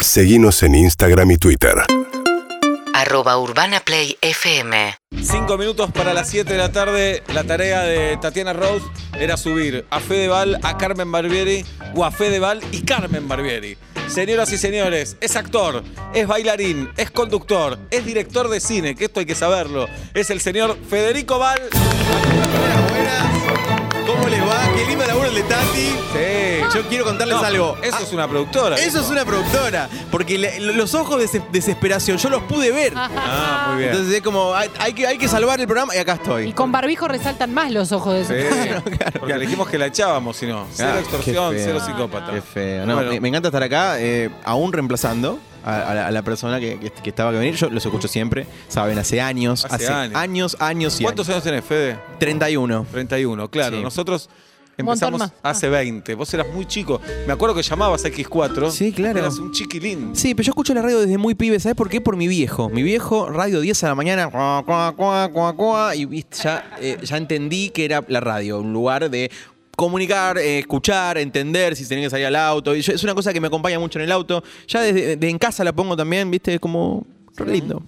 Seguimos en Instagram y Twitter. arroba urbanaplayfm. Cinco minutos para las 7 de la tarde. La tarea de Tatiana Rose era subir a Fedeval, a Carmen Barbieri o a Fedeval y Carmen Barbieri. Señoras y señores, es actor, es bailarín, es conductor, es director de cine, que esto hay que saberlo. Es el señor Federico Val. Buenas, buenas. ¿Cómo les va? Qué lindo laburo el de Tati. Sí. Yo quiero contarles No, algo. Eso Ah, es una productora. Eso es una productora. Porque le- los ojos de des- desesperación, yo los pude ver. Ah, muy bien. Entonces es como, hay, hay que, hay que salvar el programa y acá Y estoy. con barbijo resaltan más los ojos de Sí. ese. Porque dijimos que la echábamos, si no. Cero Ah, extorsión, qué feo. cero psicópata. Qué feo. No, Bueno. me, me encanta estar acá, eh, aún reemplazando a, a la, a la persona que, que- que estaba que venir. Yo los escucho siempre, saben, hace años, Hace hace, años. años, años, y ¿Cuántos años tenés, Fede? años. 31. 31, claro. Sí. Nosotros Montón empezamos más. Ah. hace 20. Vos eras muy chico. Me acuerdo que llamabas a X4. Sí, claro. Eras un chiquilín. Sí, pero yo escucho la radio desde muy pibe, ¿sabes por qué? Por mi viejo. Mi viejo, radio 10 a la mañana, cuá, cuá, cuá, cuá, cuá, y viste, ya, eh, ya entendí que era la radio, un lugar de comunicar, eh, escuchar, entender si tenía que salir al auto. Y yo- es una cosa que me acompaña mucho en el auto. Ya desde de en casa la pongo también, ¿viste? Es como re lindo.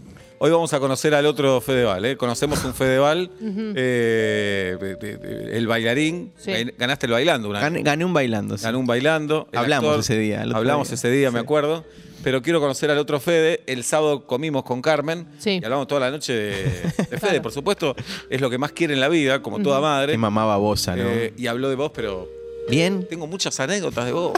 Hoy vamos a conocer al otro Fedeval. ¿eh? Conocemos un Fedeval, eh, de- de- de- el bailarín. Sí. Gain- Ganaste el bailando una Gané, gané un bailando. sí. Ganó un bailando. el Hablamos ese día, el otro Hablamos día. ese día, me Sí. acuerdo. Pero quiero conocer al otro Fede. El sábado comimos con Carmen Sí. y hablamos toda la noche de, de Fede. Por supuesto, es lo que más quiere en la vida, como toda madre. Es mamá babosa, ¿no? Eh, y habló de vos, pero Bien. tengo muchas anécdotas de vos.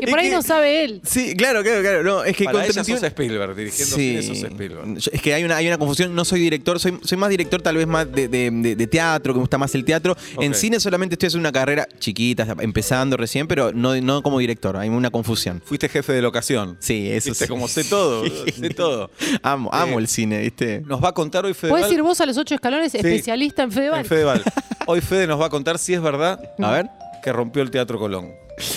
Que por ahí que- no sabe él. Sí, claro, claro, claro. No, es que Para con ella 31 sos Spielberg, dirigiendo cine Sí. sos Spielberg. Yo- Es que hay una, hay una confusión. No soy director, soy, soy más director, tal vez más de, de- de- de teatro, que me gusta más el teatro. En Ok. cine solamente estoy haciendo una carrera chiquita, empezando recién, pero no, no como director. Hay una confusión. Fuiste jefe de locación. Sí, eso Viste, sí. como sé todo, Eh, Sí. sé todo. Amo, amo el cine, ¿viste? Nos va a contar hoy Fede. Puedes Val- ir vos a los ocho escalones, especialista en Fedeval. en Fede Val. Hoy Fede nos va a contar si es verdad A ver. que rompió el Teatro Colón.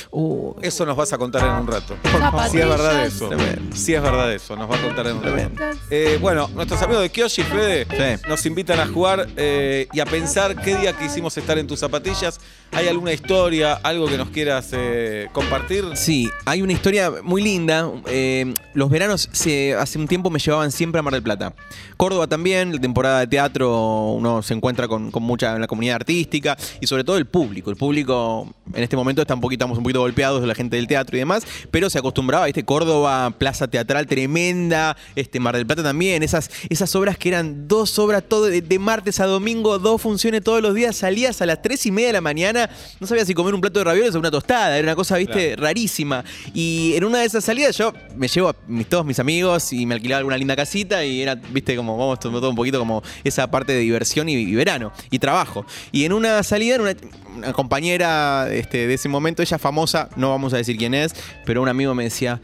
Uh, Eso nos vas a contar en un rato. Zapatillas. Si es verdad eso. Tremendo. Si es verdad eso, nos va a contar en un Tremendo. rato. Eh, bueno, nuestros amigos de Kioshi, Fede, Sí. nos invitan a jugar eh, y a pensar qué día quisimos estar en tus zapatillas. ¿Hay alguna historia, algo que nos quieras eh, compartir? Sí, hay una historia muy linda. Eh, los veranos se- hace un tiempo me llevaban siempre a Mar del Plata. Córdoba también, la temporada de teatro, uno se encuentra con, con mucha en la comunidad artística y sobre todo el público. El público en este momento está un poquito, estamos un poquito golpeados de la gente del teatro y demás, pero se acostumbraba, ¿viste? Córdoba, plaza teatral tremenda, este Mar del Plata también, esas, esas obras que eran dos obras todo de, de martes a domingo, dos funciones todos los días, salías a las tres y media de la mañana, no sabías si comer un plato de ravioles o una tostada, era una cosa, ¿viste? Claro. rarísima. Y en una de esas salidas yo me llevo a mis- todos mis amigos y me alquilaba alguna linda casita y era, viste, como vamos todo, todo un poquito como esa parte de diversión y, y verano y trabajo. Y en una salida, en una, una compañera este, de ese momento, ella famosa, no vamos a decir quién es, pero un amigo me decía,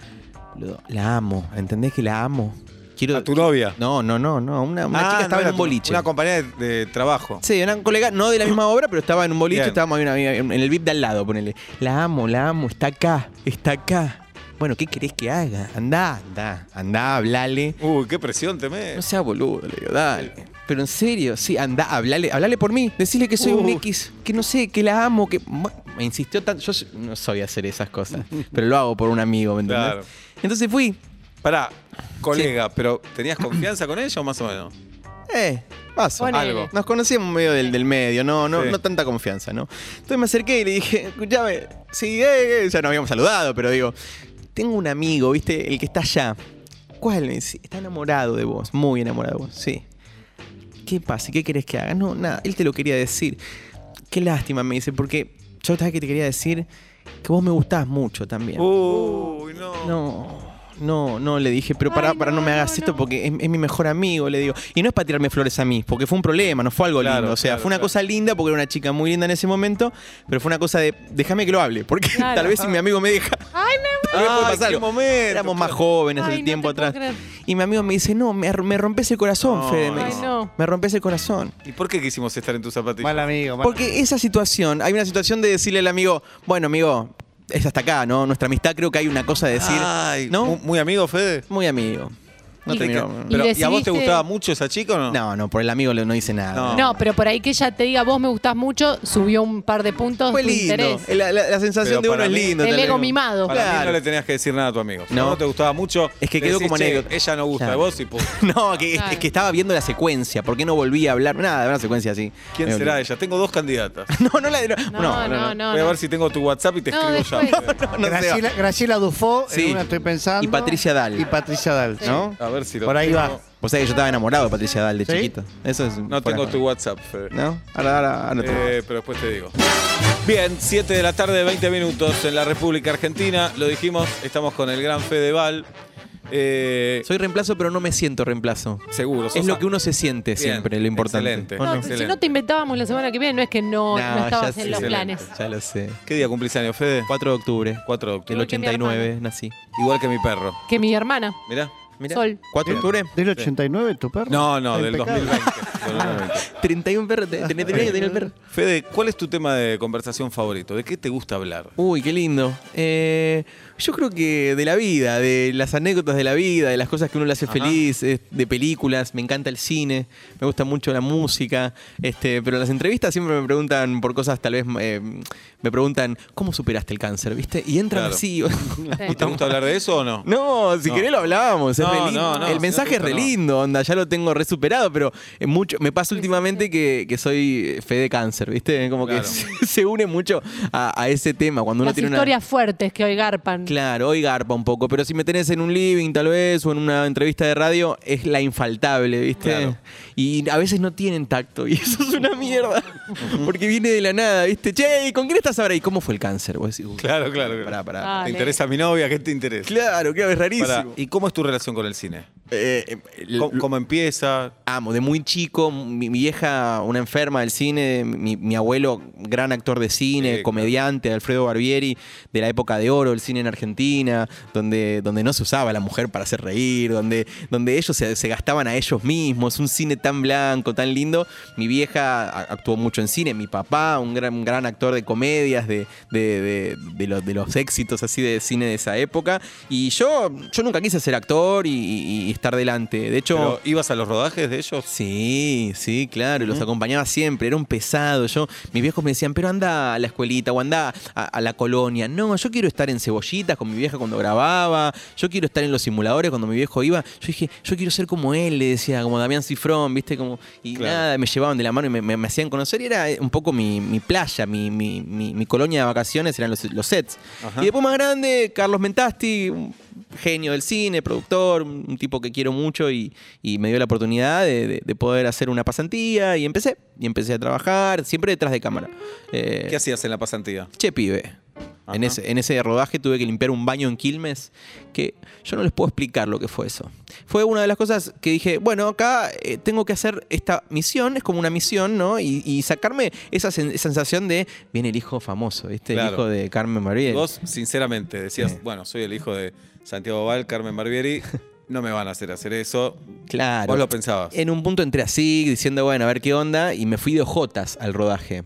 "Boludo, la amo, ¿entendés que la amo? Quiero... A tu novia. No, no, no, no, una, una Ah, chica no estaba era en un tu- boliche. Una compañera de, de trabajo. Sí, era un colega, no de la misma obra, pero estaba en un boliche, Bien. estábamos ahí una- en el VIP de al lado, ponele. La amo, la amo, está acá, está acá. Bueno, ¿qué querés que haga? Andá, andá, andá, hablale. Uy, qué presión te me. No sea boludo, le digo, dale. Pero en serio, sí, andá, hablale, hablale por mí, decirle que soy un Uh. X, que no sé, que la amo, que. Bueno, Me insistió tanto. Yo no soy hacer esas cosas, pero lo hago por un amigo, ¿me entendés? Claro. Entonces fui, Pará, colega, pero ¿tenías confianza con ella o más o menos? Eh, paso. Ponele. Algo. Nos conocíamos medio del, del medio, no, no, Sí. no tanta confianza, ¿no? Entonces me acerqué y le dije, escúchame, sí, eh, eh", ya nos habíamos saludado, pero digo, tengo un amigo, ¿viste? El que está allá. ¿Cuál? Me dice, está enamorado de vos, muy enamorado de vos, sí. ¿Qué pasa? ¿Qué querés que haga? No, nada, él te lo quería decir. Qué lástima, me dice, porque yo estaba que te quería decir que vos me gustás mucho también. Uy, no. No, no, no, le dije, pero para, Ay, para no, no, me hagas no, esto no. porque es, es mi mejor amigo, le digo. Y no es para tirarme flores a mí, porque fue un problema, no fue algo Claro, lindo. O sea, claro, fue una claro. cosa linda porque era una chica muy linda en ese momento, pero fue una cosa de, déjame que lo hable, porque Claro. tal vez si mi amigo me deja, Ay, me tal vez puede Ay, pasar qué algo. momento, Éramos más claro. jóvenes Ay, el no tiempo te puedo atrás. creer. Y mi amigo me dice, no, me, ar- me rompes el corazón, No, Fede, me Ay, dice. no. Me rompes el corazón. ¿Y por qué quisimos estar en tus zapatillas? Mal amigo, mal Porque esa situación, hay una situación de decirle al amigo, bueno, amigo, Ah. es hasta acá, ¿no? Nuestra amistad creo que hay una cosa de decir, Ay, ¿no? mu- ¿Muy amigo, Fede? Muy amigo. No Y- terminó. Pero, ¿Y a vos te decidiste- gustaba mucho esa chica o no? No, no, por el amigo le- no hice nada. No. No, pero por ahí que ella te diga, vos me gustás mucho, subió un par de puntos Fue tu lindo. Eh, interés. La, la- la Pero sensación de para uno es mí- lindo. El tal vez. ego mimado. Para mí Claro. no le tenías que decir nada a tu amigo. Si No. no te gustaba mucho. Es que le quedó decís, como "Che, anécdota". Ella no gusta de Claro. vos y pum. No, que, Claro. es que estaba viendo la secuencia. ¿Por qué no volví a hablar? Nada, una secuencia así. ¿Quién Me será olvidé. ella? Tengo dos candidatas. No, no la. No, no, no. no, Voy a no. ver si tengo tu WhatsApp y te No, escribo ya. después. no se va. Graciela, Graciela Dufo, en Sí. una estoy pensando. Y Patricia Dal. Y Patricia Dal, ¿no? A ver si lo Por ahí tengo. va. Vos Ah, pues sabés que yo estaba enamorado de Patricia Dal de ¿Sí? chiquito. Eso es. No fuera tengo de tu joda. WhatsApp, Fede. ¿No? Ahora, ahora, ahora te- Eh, pero después te digo. Bien, 7 de la tarde, 20 minutos en la República Argentina. Lo dijimos, estamos con el gran Fedeval. Eh, Soy reemplazo, pero no me siento reemplazo. seguro. sos Es lo a- que uno se siente siempre, lo importante. excelente. ¿O no? No, pero Excelente. si no te inventábamos la semana que viene, no es que no, No, no estabas ya en sé. los Excelente. planes. Ya lo sé. ¿Qué día cumplís año, Fede? 4 de octubre 4 de del octubre. Igual que mi 89 hermana. nací. Igual que mi perro. Que mi hermana, Mirá. Mirá. Sol. 4 de octubre. ¿Del 89 tu perro? No, no, Está del impecable. 2020. del 2020. 31 perros. Tenés tenés años, tenés el perro. Fede, ¿cuál es tu tema de conversación favorito? ¿De qué te gusta hablar? Uy, qué lindo. Eh, yo creo que de la vida, de las anécdotas de la vida, de las cosas que uno le hace Ajá. feliz, eh, de películas, me encanta el cine, me gusta mucho la música, este, pero en las entrevistas siempre me preguntan por cosas, tal vez eh, me preguntan, ¿cómo superaste el cáncer? ¿Viste? Y entra Claro. así. ¿Y te gusta hablar de eso o no? No, si No. querés lo hablábamos. es No, re lindo. no, no, si el no mensaje te es gusta, re no. lindo, onda, ya lo tengo re superado, pero en mucho, me pasa últimamente que, que soy eh, fe de cáncer, ¿viste? Como que Claro. se, se une mucho a, a ese tema. Cuando uno Las tiene una. historias fuertes que hoy garpan. Claro, hoy garpa un poco, pero si me tenés en un living tal vez o en una entrevista de radio, es la infaltable, ¿viste? Claro. Y a veces no tienen tacto y eso es una mierda, porque viene de la nada, ¿viste? Che, ¿y ¿con quién estás ahora? ¿Y cómo fue el cáncer? Vos decís, uy, Claro, claro, claro. pará, pará. Dale. ¿Te interesa mi novia? ¿Qué te interesa? Claro, claro, es rarísimo. Pará, ¿Y cómo es tu relación con el cine? Eh, eh, lo- ¿Cómo, cómo empieza? Amo, de muy chico, mi mi vieja, una enferma del cine, mi, mi abuelo, gran actor de cine, Sí, comediante, Alfredo Barbieri, de la época de oro, el cine en Argentina, donde, donde no se usaba la mujer para hacer reír, donde, donde ellos se, se gastaban a ellos mismos, un cine tan blanco, tan lindo. Mi vieja a- actuó mucho en cine, mi papá, un gran, un gran actor de comedias, de, de, de- de los, de los éxitos así de cine de esa época. Y yo, yo nunca quise ser actor y, y- y estar delante. De hecho... Pero, ¿Ibas a los rodajes de ellos? Sí, sí, claro, y los acompañaba siempre, era un pesado. Yo, mis viejos me decían, pero anda a la escuelita o anda a, a la colonia. No, yo quiero estar en cebollitas con mi vieja cuando grababa, yo quiero estar en los simuladores cuando mi viejo iba. Yo dije, yo quiero ser como él, le decía, como Damián Cifrón, viste, como, y Claro. nada, me llevaban de la mano y me, me- me hacían conocer. Y era eh, un poco mi, mi playa, mi, mi- mi- mi colonia de vacaciones, eran los, los sets. Ajá. Y después más grande, Carlos Mentasti, un genio del cine, productor, un un tipo que quiero mucho y, y me dio la oportunidad de, de- de poder hacer una pasantía y empecé. Y empecé a trabajar, siempre detrás de cámara. Eh, ¿Qué hacías en la pasantía? Che, pibe. Ajá. En ese, en ese rodaje tuve que limpiar un baño en Quilmes que yo no les puedo explicar lo que fue eso. Fue una de las cosas que dije, bueno, acá eh, tengo que hacer esta misión, es como una misión, ¿no? Y, y sacarme esa sen- sensación de, viene el hijo famoso, ¿viste? Claro. El hijo de Carmen Mariel. Vos, sinceramente, decías, Sí. bueno, soy el hijo de Santiago Val, Carmen Barbieri, no me van a hacer hacer eso. Claro. Vos lo pensabas. En un punto entré así, diciendo, bueno, a ver qué onda, y me fui de ojotas al rodaje.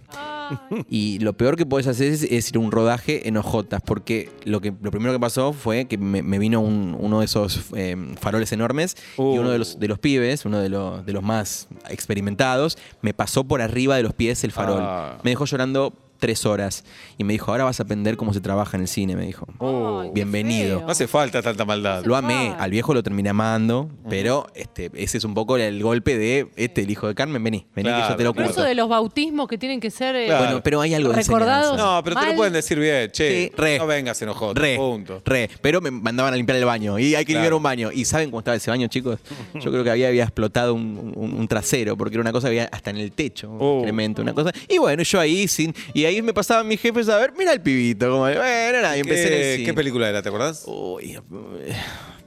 Y lo peor que podés hacer es, es ir a un rodaje en ojotas, porque lo, que, lo primero que pasó fue que me, me vino un- uno de esos eh, faroles enormes y Uh. uno de los, de los pibes, uno de, los- de los más experimentados, me pasó por arriba de los pies el farol. Ah. Me dejó llorando tres horas y me dijo, ahora vas a aprender cómo se trabaja en el cine, me dijo. Ay, qué bienvenido. feo. No hace falta tanta maldad. Lo amé, al viejo lo terminé amando, pero este, ese es un poco el golpe de este, el hijo de Carmen, vení, vení que Claro, yo te claro. lo cuento. Incluso de los bautismos que tienen que ser eh, Claro. Bueno, pero hay algo de Recordados. enseñanza. No, pero te Mal. lo pueden decir bien, che, Sí, re. no vengas enojado. Re, Punto. re, pero me mandaban a limpiar el baño y hay que Claro. limpiar un baño. ¿Y saben cómo estaba ese baño, chicos? Yo creo que había, había explotado un, un- un trasero, porque era una cosa que había hasta en el techo, un Oh. excremento, una cosa. Y bueno, yo ahí sin. Y ahí me pasaban mis jefes a ver, mira el pibito, como, de, bueno, nada, y empecé en el Eh, ¿Qué, cine. Uh, qué película era, te acordás? Uy, eh,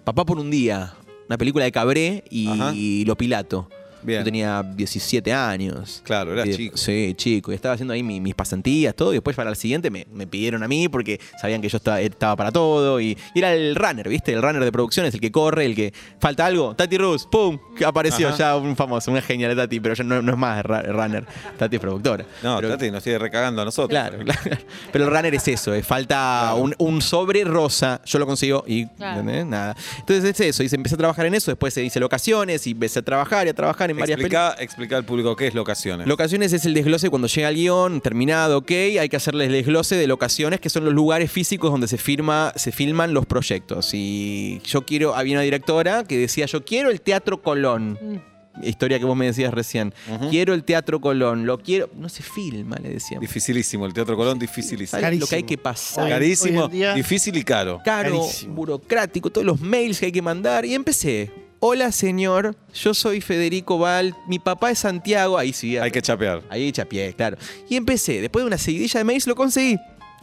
Papá por un día, una película de Cabré y, Ajá. Lo Pilato. Bien. Yo tenía 17 años. Claro, eras Y de- chico. Sí, chico. Y estaba haciendo ahí mi- mis pasantías, todo. Y después para el siguiente me, me pidieron a mí porque sabían que yo estaba, estaba para todo. Y, y era el runner, ¿viste? El runner de producciones, el que corre, el que falta algo. Tati Rus, ¡pum! que Apareció Ajá. ya un famoso, una genial Tati, pero ya no, no es más ra- runner. Tati es productora. No, Pero- Tati nos sigue recagando a nosotros. Claro, claro. Pero el runner es eso, eh, falta un, un sobre rosa, yo lo consigo y Claro. ¿entendés? nada. Entonces es eso, y se empecé a trabajar en eso, después se hice locaciones y empecé a trabajar y a trabajar en varias películas. Explica, explica al público qué es locaciones. Locaciones es el desglose cuando llega el guión, terminado, ok, hay que hacerle el desglose de locaciones, que son los lugares físicos donde se firma, se filman los proyectos. Y yo quiero, había una directora que decía, yo quiero el Teatro Colón. Historia que vos me decías recién. Quiero el Teatro Colón, lo quiero. No se filma, le decíamos. Dificilísimo, el Teatro Colón, dificilísimo. ¿Sabes Carísimo. lo que hay que pasar? Hoy- Carísimo, hoy en día- difícil y caro. caro, Carísimo. burocrático, todos los mails que hay que mandar. Y empecé. Hola, señor. Yo soy Federico Val. Mi papá es Santiago. Ahí sí. Hay que chapear. Ahí chapié, claro. Y empecé. Después de una seguidilla de mails, lo conseguí.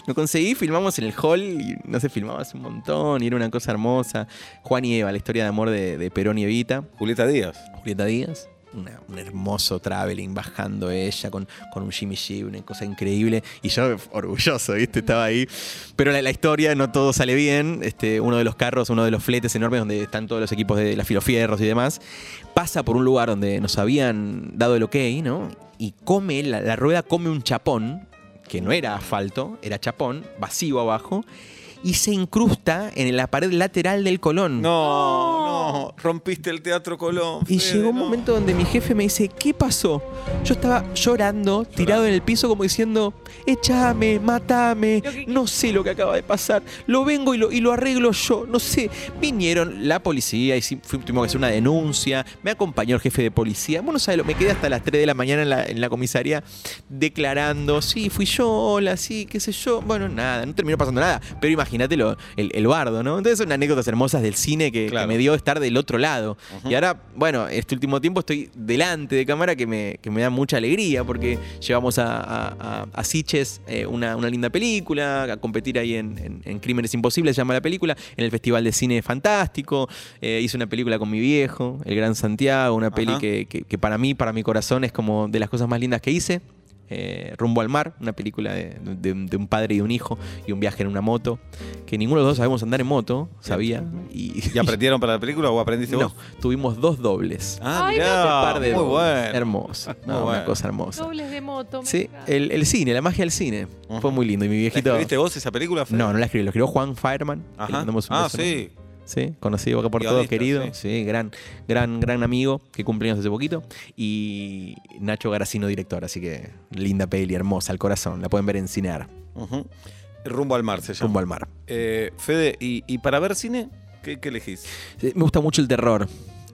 Lo conseguí, filmamos en el hall y no se filmaba hace un montón. Y era una cosa hermosa. Juan y Eva, la historia de amor de, de Perón y Evita. Julieta Díaz. Julieta Díaz. Una- un hermoso traveling bajando ella con, con un Jimmy G, una cosa increíble. Y yo orgulloso, ¿viste? Estaba ahí. Pero la, la historia no todo sale bien. Este, uno de los carros, uno de los fletes enormes donde están todos los equipos de las filofierros y demás, pasa por un lugar donde nos habían dado el ok, ¿no? Y come, la, la rueda come un chapón, que no era asfalto, era chapón, vacío abajo, y se incrusta en la pared lateral del colón. No, no, rompiste el Teatro Colón. Y Fede, llegó un no. momento donde mi jefe me dice, ¿qué pasó? Yo estaba llorando, tirado en el piso, como diciendo, échame, matame, no sé lo que acaba de pasar, lo vengo y lo, y lo arreglo yo, no sé. Vinieron la policía, y tuvimos que hacer una denuncia, me acompañó el jefe de policía, bueno, sabes lo, me quedé hasta las 3 de la mañana en la, en la comisaría declarando, sí, fui yo, hola, sí, qué sé yo, bueno, nada, no terminó pasando nada, pero imagínate lo- el, el bardo, ¿no? Entonces son anécdotas hermosas del cine que, que Claro. me dio estar del otro lado. Y ahora, bueno, este último tiempo estoy delante de cámara que me, que me da mucha alegría porque llevamos a, a, a- a Sitges eh, una, una linda película, a competir ahí en, en- en Crímenes Imposibles, se llama la película, en el Festival de Cine Fantástico. Eh, hice una película con mi viejo, El Gran Santiago, una peli Ajá. que, que- que para mí, para mi corazón, es como de las cosas más lindas que hice. Eh, Rumbo al mar, una película de, de- de un padre y un hijo y un viaje en una moto, que ninguno de los dos sabemos andar en moto, sabía. Y, ¿Y aprendieron para la película o aprendiste no, vos? tuvimos dos dobles. Ah, Ay, mirá, Un par de muy dobles. bueno. Hermoso. Muy No, bueno. Una cosa hermosa. Dobles de moto. me Sí, encanta. el, el cine, la magia del cine. Ujú. Fue muy lindo. Y mi ¿La viejito. escribiste vos esa película? Fede? No, no la escribí, lo escribió Juan Fireman. que le Ajá. mandamos un Ah, beso. sí. Sí, conocido acá por todos, Guionista, querido. sí. Sí, gran, gran, gran amigo que cumpleaños hace poquito. Y Nacho Garacino, director. Así que linda peli, hermosa, al corazón. La pueden ver en Cinear, Ujú. Rumbo al mar se llama. rumbo al mar. Eh, Fede, ¿y, y para ver cine? ¿Qué, qué elegís? Eh, Me gusta mucho el terror.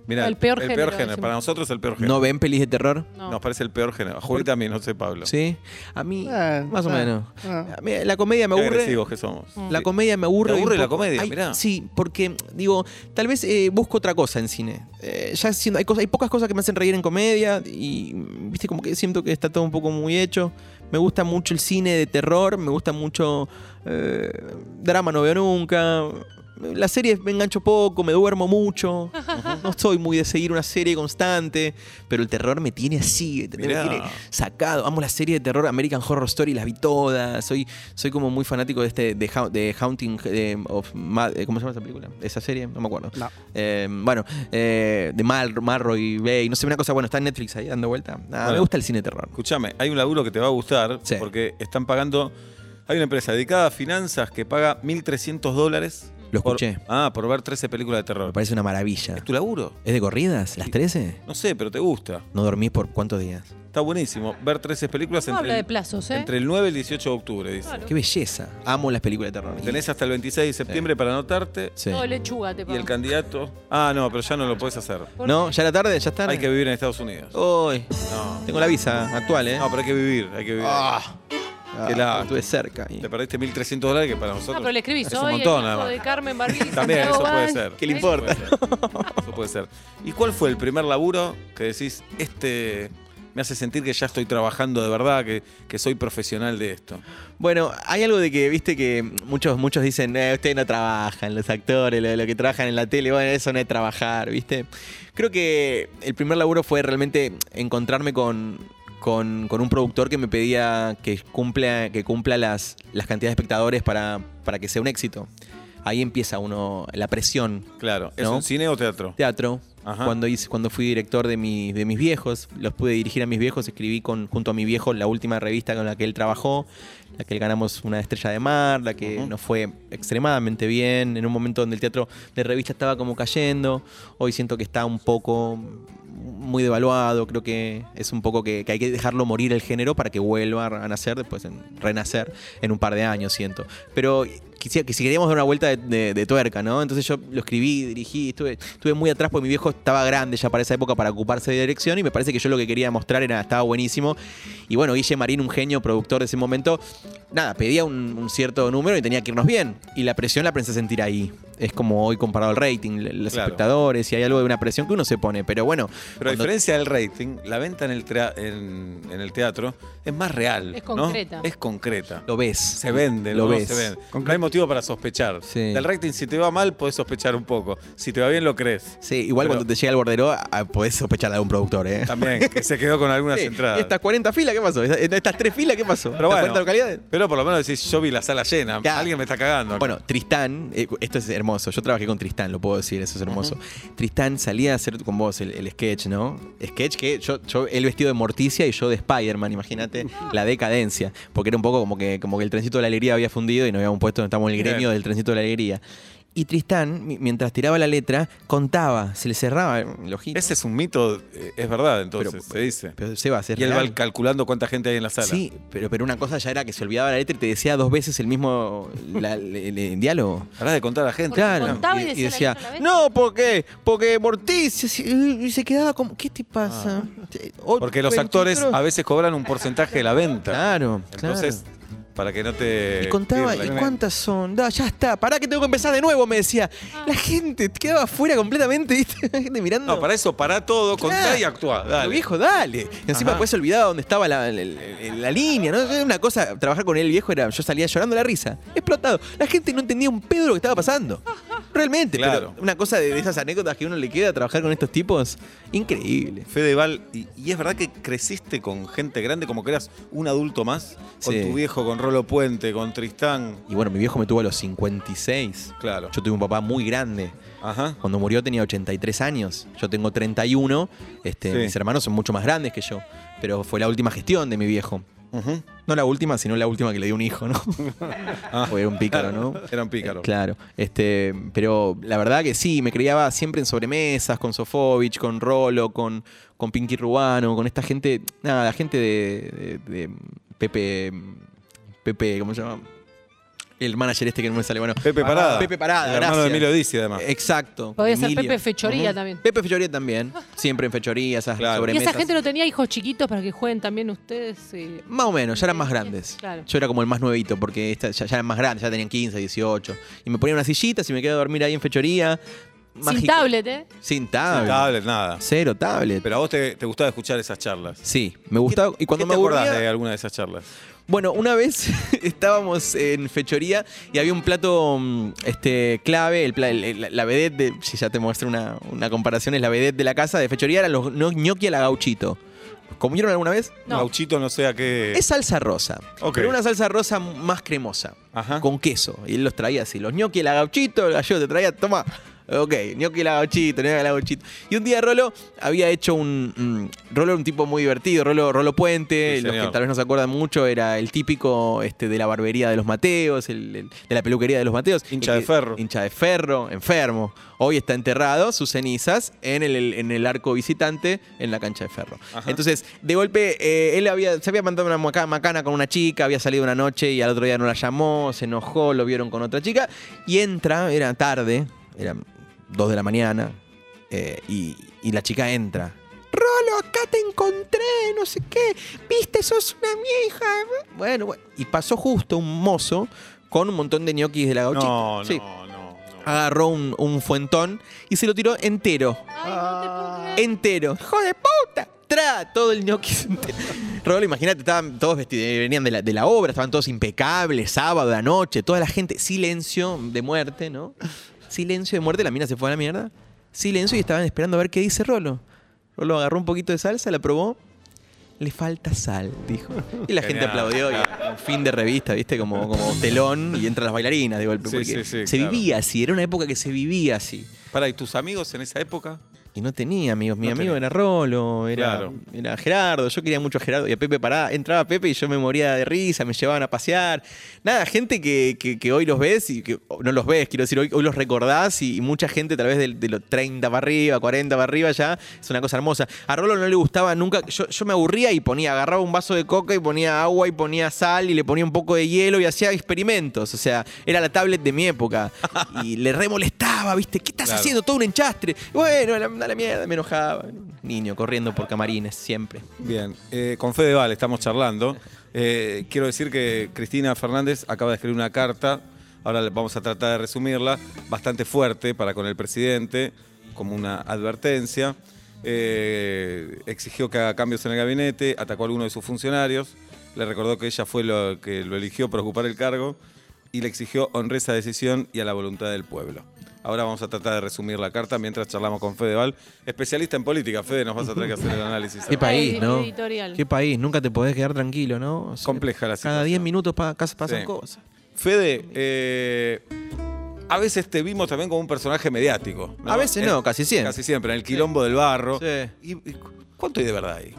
Mirá, El peor el género, peor género. decimos. Para nosotros el peor género. ¿No ven pelis de terror? No. Nos parece el peor género. A Julieta a mí, no sé, Pablo. Sí. A mí, Ah, más o ah, menos. ah. A mí la comedia me Qué aburre. Mm. agresivos que somos. La Sí. comedia me aburre. Te aburre un la poco. comedia, Ay, mirá. Sí, porque, digo, tal vez eh, busco otra cosa en cine. Eh, ya siendo, hay, cosas, hay pocas cosas que me hacen reír en comedia y, mm, viste, como que siento que está todo un poco muy hecho. Me gusta mucho el cine de terror, me gusta mucho eh, drama, no veo nunca. Las series me engancho poco, me duermo mucho. No soy muy de seguir una serie constante, pero el terror me tiene así, ¿entendés? me Mirá. tiene sacado. Amo la serie de terror American Horror Story, las vi todas. Soy, soy como muy fanático de este de, Hau- de Haunting eh, of Ma- eh, ¿Cómo se llama esa película? Esa serie, no me acuerdo. No. Eh, bueno, eh, de Mal, Marroy Bay, no sé, una cosa, bueno, está en Netflix ahí dando vuelta. Ah, Bueno. Me gusta el cine de terror. Escúchame, hay un laburo que te va a gustar Sí. porque están pagando. Hay una empresa dedicada a finanzas que paga 1.300 dólares. Lo por- escuché. ah, por ver 13 películas de Me terror. parece una maravilla. ¿Es tu laburo? ¿Es de corridas? ¿Las 13? No sé, pero te gusta. ¿No dormís por cuántos días? Está buenísimo. Ver 13 películas No habla entre, de el, plazos, ¿eh? entre el 9 y el 18 de octubre, dice. Claro. Qué belleza. Amo las películas de terror. Y- Tenés hasta el 26 de septiembre para anotarte. sí. Todo lechuga Y te el pago. candidato. Ah, no, pero ya no lo puedes hacer. ¿Por No, qué? ya era tarde, ya está. Hay que vivir en Estados Unidos. Uy, No. tengo la visa actual, ¿eh? No, Ah, pero hay que vivir, hay que vivir. Ah. qué lástima. estuve cerca. y- Te perdiste 1.300 dólares que para nosotros. No, Ah, pero le escribí, es soy un montón, el hijo además. de Carmen Barbieri. También, eso Santiago puede Valls. ser. ¿Qué le importa? Eso puede ser. Eso puede ser. ¿Y cuál fue el primer laburo que decís, este, me hace sentir que ya estoy trabajando de verdad, que, que soy profesional de esto. Bueno, hay algo de que, viste, que muchos, muchos dicen, eh, ustedes no trabajan, los actores, lo, lo que trabajan en la tele, bueno, eso no es trabajar, viste. Creo que el primer laburo fue realmente encontrarme con, con, con un productor que me pedía que cumpla, que cumpla las, las cantidades de espectadores para, para que sea un éxito. Ahí empieza uno, la presión. Claro. ¿Es ¿No? un cine o teatro? Teatro. Ajá. Cuando, hice, cuando fui director de, mi- de mis viejos, los pude dirigir a mis viejos, escribí con, junto a mi viejo la última revista con la que él trabajó, la que ganamos una estrella de mar, la que nos fue extremadamente bien, en un momento donde el teatro de revista estaba como cayendo, hoy siento que está un poco muy devaluado, creo que es un poco que, que hay que dejarlo morir el género para que vuelva a nacer, después en- renacer en un par de años, siento. Pero quisiera que si queríamos dar una vuelta de, de- de tuerca, ¿no? Entonces yo lo escribí, dirigí, estuve, estuve muy atrás porque mi viejo estaba grande ya para esa época para ocuparse de dirección y me parece que yo lo que quería mostrar era, estaba buenísimo. Y bueno, Guille Marín, un genio productor de ese momento, nada, pedía un, un cierto número y tenía que irnos bien. Y la presión la prensa sentir ahí. Es como hoy comparado al rating, l- los Claro. espectadores y hay algo de una presión que uno se pone. Pero bueno, Pero a cuando- diferencia del rating, la venta en el, trea- en, en el teatro es más real. Es ¿no? concreta. Es concreta. lo ves. Se vende, Lo ¿no? ves. Se vende. No hay motivo para sospechar. Sí. Del rating, si te va mal, podés sospechar un poco. Si te va bien, lo crees. Sí, igual Pero- cuando te llega el bordero ah, podés sospechar de un productor, ¿eh? También, que se quedó con algunas Sí, entradas. Estas 40 filas, ¿qué pasó? Estas- Estas tres filas, ¿qué pasó? Pero ¿Estas bueno. 40 localidades? Pero por lo menos decís, yo vi la sala llena. Claro. Alguien me está cagando. Bueno, Tristán, eh, esto es hermoso. Yo trabajé con Tristán, lo puedo decir, eso es hermoso. Tristán salía a hacer con vos el, el sketch, ¿no? Sketch que yo, yo, él vestido de Morticia y yo de Spider-Man, imagínate la decadencia. Porque era un poco como que, como que el trencito de la alegría había fundido y nos habíamos puesto, estamos en el gremio Bien. del trencito de la alegría. Y Tristán, mi- mientras tiraba la letra, contaba, se le cerraba el ojito. Ese es un mito, eh, es verdad, entonces, Pero- se dice. Pero Sebas, es y él va real. calculando cuánta gente hay en la sala. Sí, pero, pero una cosa ya era que se olvidaba la letra y te decía dos veces el mismo la- el- el- el diálogo. Pará de contar a la gente. Porque contaba y decía la letra a la vez. no, ¿por qué? Porque Morticia se- y se quedaba como, ¿qué te pasa? Eh, o- Ah. Porque los 24. actores a veces cobran un porcentaje de la venta. Claro, claro. Entonces, eh, para que no te. y contaba, ¿y pierdan. cuántas son? Da, ya está, pará que tengo que empezar de nuevo, me decía. Ah. La gente te quedaba afuera completamente, ¿viste? La gente mirando. No, para eso, para todo, contá Claro. y actuá. Pero Dale. viejo, dale. Y Encima Ajá. después se olvidaba dónde estaba la, la- la- la línea, ¿no? Era una cosa, trabajar con él viejo era, yo salía llorando la risa, explotado. La gente no entendía un pedo lo que estaba pasando. Realmente, Claro. pero una cosa de, de esas anécdotas que uno le queda trabajar con estos tipos, increíble. Fedeval, y, y es verdad que creciste con gente grande, como que eras un adulto más, Sí. con tu viejo, con Rolo Puente, con Tristán. Y bueno, mi viejo me tuvo a los 56. Claro. Yo tuve un papá muy grande. Ajá. Cuando murió tenía 83 años. Yo tengo 31. Este, Sí. Mis hermanos son mucho más grandes que yo. Pero fue la última gestión de mi viejo. Ujú. No la última, sino la última que le dio un hijo, ¿no? o era un pícaro, ¿no? Era un pícaro. Eh, claro. Este, pero la verdad que sí, me criaba siempre en sobremesas, con Sofovich, con Rolo, con, con Pinky Rubano, con esta gente, nada, la gente de, de- de Pepe, Pepe, ¿cómo se llama? El manager este que no me sale, bueno. Pepe Parada. Pepe Parada, El hermano de gracias. Eh, Emilio Dizzi, además. Exacto. Podía ser Emilio. Pepe Fechoría también. Pepe Fechoría también, siempre en Fechoría, esas Claro. Y sobremesas. esa gente no tenía hijos chiquitos para que jueguen también ustedes. eh, Más o menos, ya eran más grandes. Claro. Yo era como el más nuevito, porque esta- ya, ya eran más grandes, ya tenían 15, 18. Y me ponían unas sillitas y me quedaba a dormir ahí en fechoría. Sin Mágico. tablet, ¿eh? Sin Sin tablet. tablet, nada. Cero tablet. Pero a vos te, te gustaba escuchar esas charlas. sí, me gustaba. Y cuando ¿Qué me te aburría, acordás de alguna de esas charlas? Bueno, una vez estábamos en fechoría y había un plato mm, este, clave, el, pla- el- el- la vedette, de, si ya te muestro una, una comparación, es la vedette de la casa de fechoría, eran los gno- gnocchi a la gauchito. ¿Comieron alguna vez? No. Gauchito, no sé a qué. Es salsa rosa. Ok. Pero una salsa rosa más cremosa. Ajá. Con queso. Y él los traía así. Los gnocchi, la gauchito, el gallego te traía, toma. Ok, gnocchi, la gauchito, gnocchi, la gauchito. Y un día Rolo había hecho un. mm, Rolo era un tipo muy divertido. Rolo, Rolo Puente, Sí, los que señor. tal vez no se acuerdan mucho, era el típico este, de la barbería de los Mateos, el- el- de la peluquería de los Mateos. Hincha El de que- ferro. Hincha de ferro, enfermo. Hoy está enterrado, sus cenizas, en el- el, en el arco visitante, en la cancha de ferro. Ajá. Entonces, de golpe, eh, él había, se había mandado una maca- macana con una chica, había salido una noche y al otro día no la llamó, se enojó, lo vieron con otra chica. Y entra, era tarde, eran 2 de la mañana, eh, y, y la chica entra. Rolo, acá te encontré, no sé qué. Viste, sos una vieja. Bueno, bueno. Y pasó justo un mozo con un montón de ñoquis de la gauchita. no, Sí. no, no, no. Agarró un, un fuentón y se lo tiró entero Ah. Ay, no te puedo creer. entero. ¡Hijo de puta! Tra, Está todo el ñoqui. Rodolfo, imagínate, estaban todos vestidos, eh, venían de la, de la obra, estaban todos impecables, sábado, de la noche, toda la gente, silencio de muerte, ¿no? Silencio de muerte, la mina se fue a la mierda. Silencio y estaban esperando a ver qué dice Rolo. Rolo agarró un poquito de salsa, la probó. Le falta sal, dijo. Y la gente Genial. aplaudió. Y un fin de revista, ¿viste? Como, como telón y entran las bailarinas de golpe. Sí, sí, porque sí, se claro. vivía así, era una época que se vivía así. Para, ¿y tus amigos en esa época? Y no tenía amigos. Mi No amigo tenía. era Rolo, era, Claro. era Gerardo. Yo quería mucho a Gerardo. Y a Pepe pará, entraba Pepe y yo me moría de risa, me llevaban a pasear. Nada, gente que, que- que hoy los ves y que o no los ves, quiero decir, hoy, hoy los recordás y, y mucha gente, tal vez de, de los 30 para arriba, 40 para arriba, ya es una cosa hermosa. A Rolo no le gustaba nunca. Yo, yo me aburría y ponía, agarraba un vaso de coca y ponía agua y ponía sal y le ponía un poco de hielo y hacía experimentos. O sea, era la tablet de mi época. Y le remolestaba, ¿viste? ¿Qué estás Claro. haciendo? todo un enchastre. Y Bueno, a la, a la mierda, me enojaba. Niño corriendo por camarines, siempre. Bien, eh, con Fedeval estamos charlando. Eh, quiero decir que Cristina Fernández acaba de escribir una carta, ahora le- vamos a tratar de resumirla, bastante fuerte para con el presidente, como una advertencia. Eh, exigió que haga cambios en el gabinete, atacó a alguno de sus funcionarios, le recordó que ella fue lo que lo eligió para ocupar el cargo y le exigió honrar esa decisión y a la voluntad del pueblo. Ahora vamos a tratar de resumir la carta mientras charlamos con Fedeval, especialista en política. Fede, nos vas a tener que hacer el análisis. Qué país, Edi- ¿no? editorial. Qué país, nunca te podés quedar tranquilo, ¿no? O sea, Compleja la Cada situación. 10 minutos pa- cas- pasan Sí. cosas. Fede, eh, a veces te vimos también como un personaje mediático. A veces no, Eh, casi siempre. Casi siempre, en el quilombo del barro. Sí. ¿Y, y cu- cuánto hay de verdad ahí?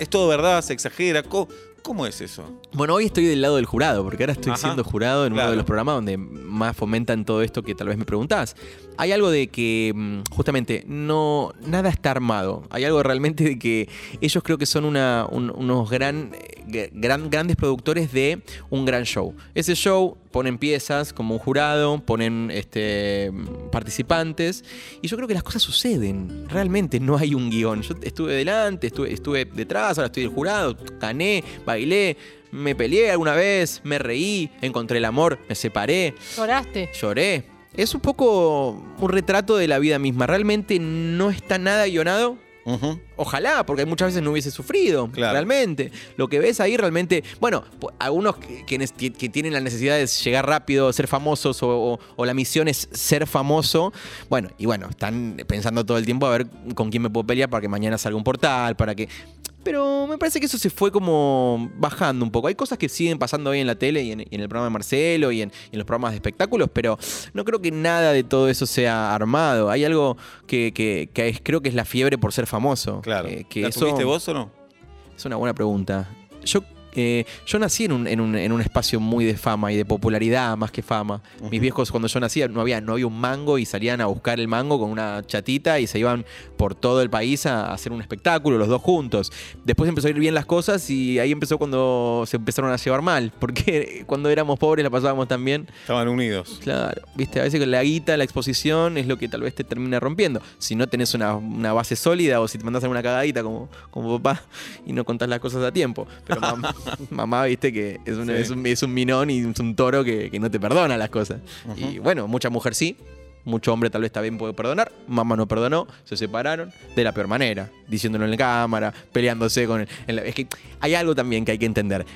¿Es todo verdad? ¿Se exagera? Co- ¿Cómo, es eso? Bueno, hoy estoy del lado del jurado, porque ahora estoy Ajá, siendo jurado en uno claro. de los programas donde más fomentan todo esto que tal vez me preguntás. Hay algo de que, mm, justamente, no nada está armado. Hay algo realmente de que ellos creo que son una- un- unos gran, eh, gra- gran- grandes productores de un gran show. Ese show ponen piezas como un jurado, ponen este, mm, participantes, y yo creo que las cosas suceden. Realmente no hay un guión. Yo estuve delante, estuve, estuve detrás, ahora estoy del jurado, gané, bailé, me peleé alguna vez, me reí, encontré el amor, me separé, Lloraste. lloré. Es un poco un retrato de la vida misma. Realmente no está nada guionado. Ojalá, porque muchas veces no hubiese sufrido, Claro. realmente. Lo que ves ahí realmente, bueno, po- algunos que, quienes ti- que tienen la necesidad de llegar rápido, ser famosos, o, o- o la misión es ser famoso, bueno, y bueno, están pensando todo el tiempo a ver con quién me puedo pelear para que mañana salga un portal, para que... Pero me parece que eso se fue como bajando un poco. Hay cosas que siguen pasando hoy en la tele y en, y en el programa de Marcelo y en, y en los programas de espectáculos, pero no creo que nada de todo eso sea armado. Hay algo que, que- que es- creo que es la fiebre por ser famoso. Claro. Eh, que ¿La eso- tuviste vos o no? es una buena pregunta. Yo, eh, yo nací en un, en un- en un espacio muy de fama y de popularidad más que fama. Mis viejos cuando yo nacía no había, no había un mango y salían a buscar el mango con una chatita y se iban por todo el país a, a hacer un espectáculo, los dos juntos. Después empezó a ir bien las cosas y ahí empezó cuando se empezaron a llevar mal, porque cuando éramos pobres la pasábamos tan bien. Estaban unidos. Claro, viste, a veces con la guita, la exposición es lo que tal vez te termina rompiendo. Si no tenés una, una base sólida o si te mandás alguna cagadita como, como papá y no contás las cosas a tiempo. Pero mam- mamá, viste que es, un- Sí. es, un, es un minón y es un toro que, que no te perdona las cosas. Y bueno, mucha mujer sí, mucho hombre tal vez también puede perdonar. Mamá no perdonó, se separaron de la peor manera, diciéndolo en la cámara, peleándose con el. en la- es que hay algo también que hay que entender.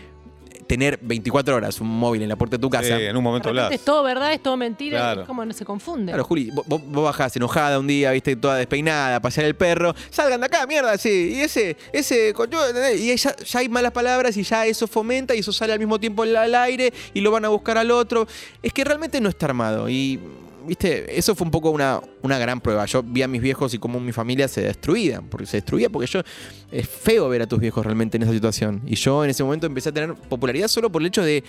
Tener 24 horas un móvil en la puerta de tu casa. Sí, Eh, en un momento De repente hablás. es todo verdad, es todo mentira. Claro. Es como no se confunde. Claro, Juli, vos, vos- vos bajás enojada un día, viste, toda despeinada, a pasear el perro, salgan de acá, mierda, sí, y ese, ese, coño, ¿entendés? y ya, ya hay malas palabras y ya eso fomenta y eso sale al mismo tiempo al- al aire y lo van a buscar al otro. Es que realmente no está armado y, viste, eso fue un poco una, una gran prueba. Yo vi a mis viejos y cómo mi familia se destruía, porque se destruía, porque yo, es feo ver a tus viejos realmente en esa situación. Y yo en ese momento empecé a tener popularidad solo por el hecho de,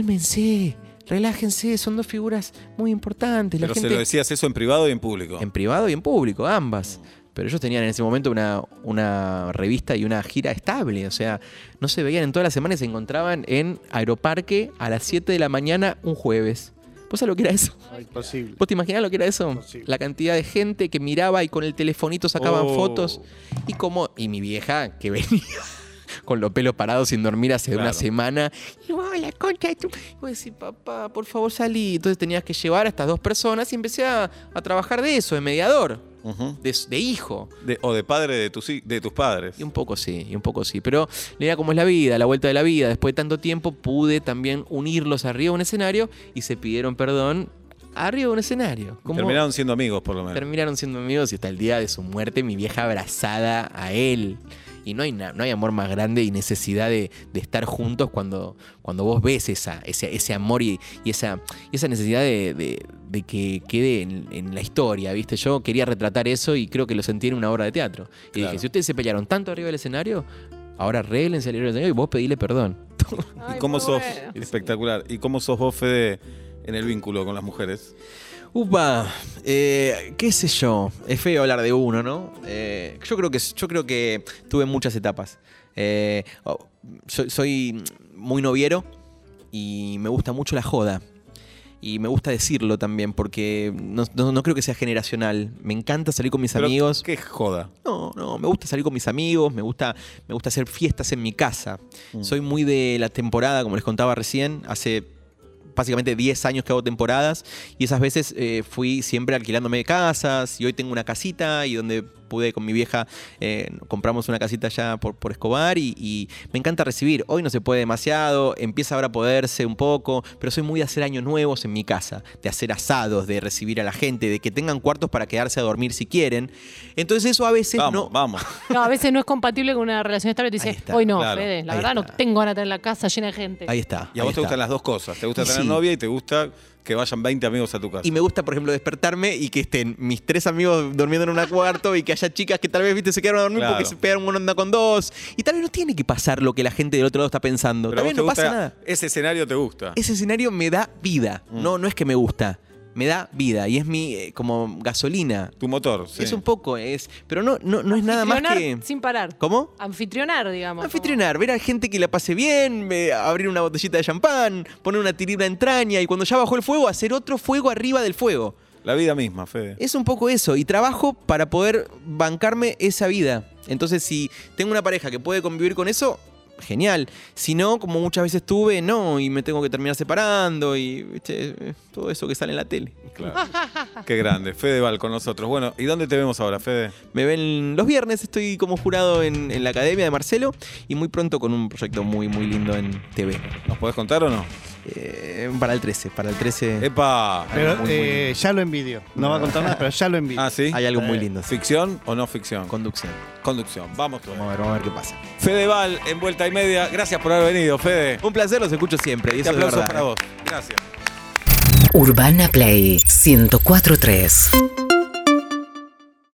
cálmense. Relájense, son dos figuras muy importantes. La Pero gente... se lo decías eso en privado y en público. En privado y en público, ambas. Pero ellos tenían en ese momento una, una revista y una gira estable. O sea, no se veían en toda la semana y se encontraban en Aeroparque a las 7 de la mañana un jueves. ¿Vos sabés lo que era eso? No, imposible. ¿Vos te imaginás lo que era eso? Imposible. La cantidad de gente que miraba y con el telefonito sacaban Oh. fotos. Y como, y mi vieja que venía con los pelos parados sin dormir hace Claro. una semana. Y vos, la concha de tu-". Y vos decís, papá, por favor salí. Entonces tenías que llevar a estas dos personas y empecé a, a trabajar de eso, de mediador. Ujú. de, de hijo. De- o de padre de tus, hi- de tus padres. Y un poco sí, y un poco sí. Pero mira cómo es la vida, la vuelta de la vida. Después de tanto tiempo pude también unirlos arriba de un escenario y se pidieron perdón arriba de un escenario. Como Terminaron siendo amigos, por lo menos. terminaron siendo amigos y hasta el día de su muerte mi vieja abrazada a él. Y no hay, na- no hay amor más grande y necesidad de, de estar juntos cuando, cuando vos ves esa, ese, ese amor y, y esa, y esa necesidad de, de- de que quede en, en la historia, ¿viste? Yo quería retratar eso y creo que lo sentí en una obra de teatro. Y Claro. dije, si ustedes se pelearon tanto arriba del escenario, ahora arreglense arriba del escenario y vos pedile perdón. ¿Y cómo sos? Espectacular. ¿Y cómo sos vos, Fede, en el vínculo con las mujeres? Upa, eh, qué sé yo, es feo hablar de uno, ¿no? Eh, yo, creo que, yo creo que tuve muchas etapas. Eh, oh, soy, soy muy noviero y me gusta mucho la joda. Y me gusta decirlo también porque no, no- no creo que sea generacional. Me encanta salir con mis Pero, amigos. Qué joda. No, no, me gusta salir con mis amigos, me gusta, me gusta hacer fiestas en mi casa. Mm. Soy muy de la temporada, como les contaba recién, hace básicamente 10 años que hago temporadas y esas veces eh, fui siempre alquilándome casas y hoy tengo una casita y donde pude con mi vieja eh, compramos una casita allá por, por Escobar y, y me encanta recibir. Hoy no se puede demasiado, empieza ahora a poderse un poco, pero soy muy de hacer años nuevos en mi casa, de hacer asados, de recibir a la gente, de que tengan cuartos para quedarse a dormir si quieren. Entonces eso a veces Vamos, no... vamos. No, a veces no es compatible con una relación estable. Te Ahí dice, está, hoy no, claro, Fede, la ahí verdad no está. tengo ganas de tener la casa llena de gente. Ahí está. Y a vos ahí te está. gustan las dos cosas. Te gusta Y tener sí. novia y te gusta que vayan 20 amigos a tu casa. Y me gusta, por ejemplo, despertarme y que estén mis tres amigos durmiendo en un cuarto y que haya chicas que tal vez viste se quedaron a dormir Claro. porque se pegaron una onda con dos. Y tal vez no tiene que pasar lo que la gente del otro lado está pensando. Pero a vos tal vez te no gusta, pasa nada. ese escenario te gusta. Ese escenario me da vida. Mm. No, no es que me gusta. Me da vida. Y es mi eh, como gasolina. Tu motor. sí. Es un poco, es. Pero no, no, no es nada más Anfitrionar que. Sin parar. ¿Cómo? Anfitrionar, digamos. Anfitrionar, ver a gente que la pase bien, eh, abrir una botellita de champán, poner una tirita de entraña y cuando ya bajó el fuego, hacer otro fuego arriba del fuego. La vida misma, Fede. Es un poco eso, y trabajo para poder bancarme esa vida. Entonces, si tengo una pareja que puede convivir con eso, genial. Si no, como muchas veces tuve, no, y me tengo que terminar separando, y viste, eh, todo eso que sale en la tele. Claro. Ah. Qué grande. Fede Val con nosotros. Bueno, ¿y dónde te vemos ahora, Fede? Me ven los viernes, estoy como jurado en, en la Academia de Marcelo, y muy pronto con un proyecto muy, muy lindo en TV. ¿Nos podés contar o no? Eh, para el 13, para el 13 ¡Epa! Pero Muy, muy eh, lindo. ya lo envidio. No va a contar nada, pero ya lo envidio. Ah, sí. hay algo muy lindo. sí. ¿Ficción o no ficción? Conducción. Conducción. Vamos todos. Vamos a ver, vamos a ver qué pasa. Fede Val en vuelta y media. Gracias por haber venido, Fede. Un placer, los escucho siempre. Un Y eso es eh. aplauso verdad, para eh. vos. Gracias. Urbana Play 1043.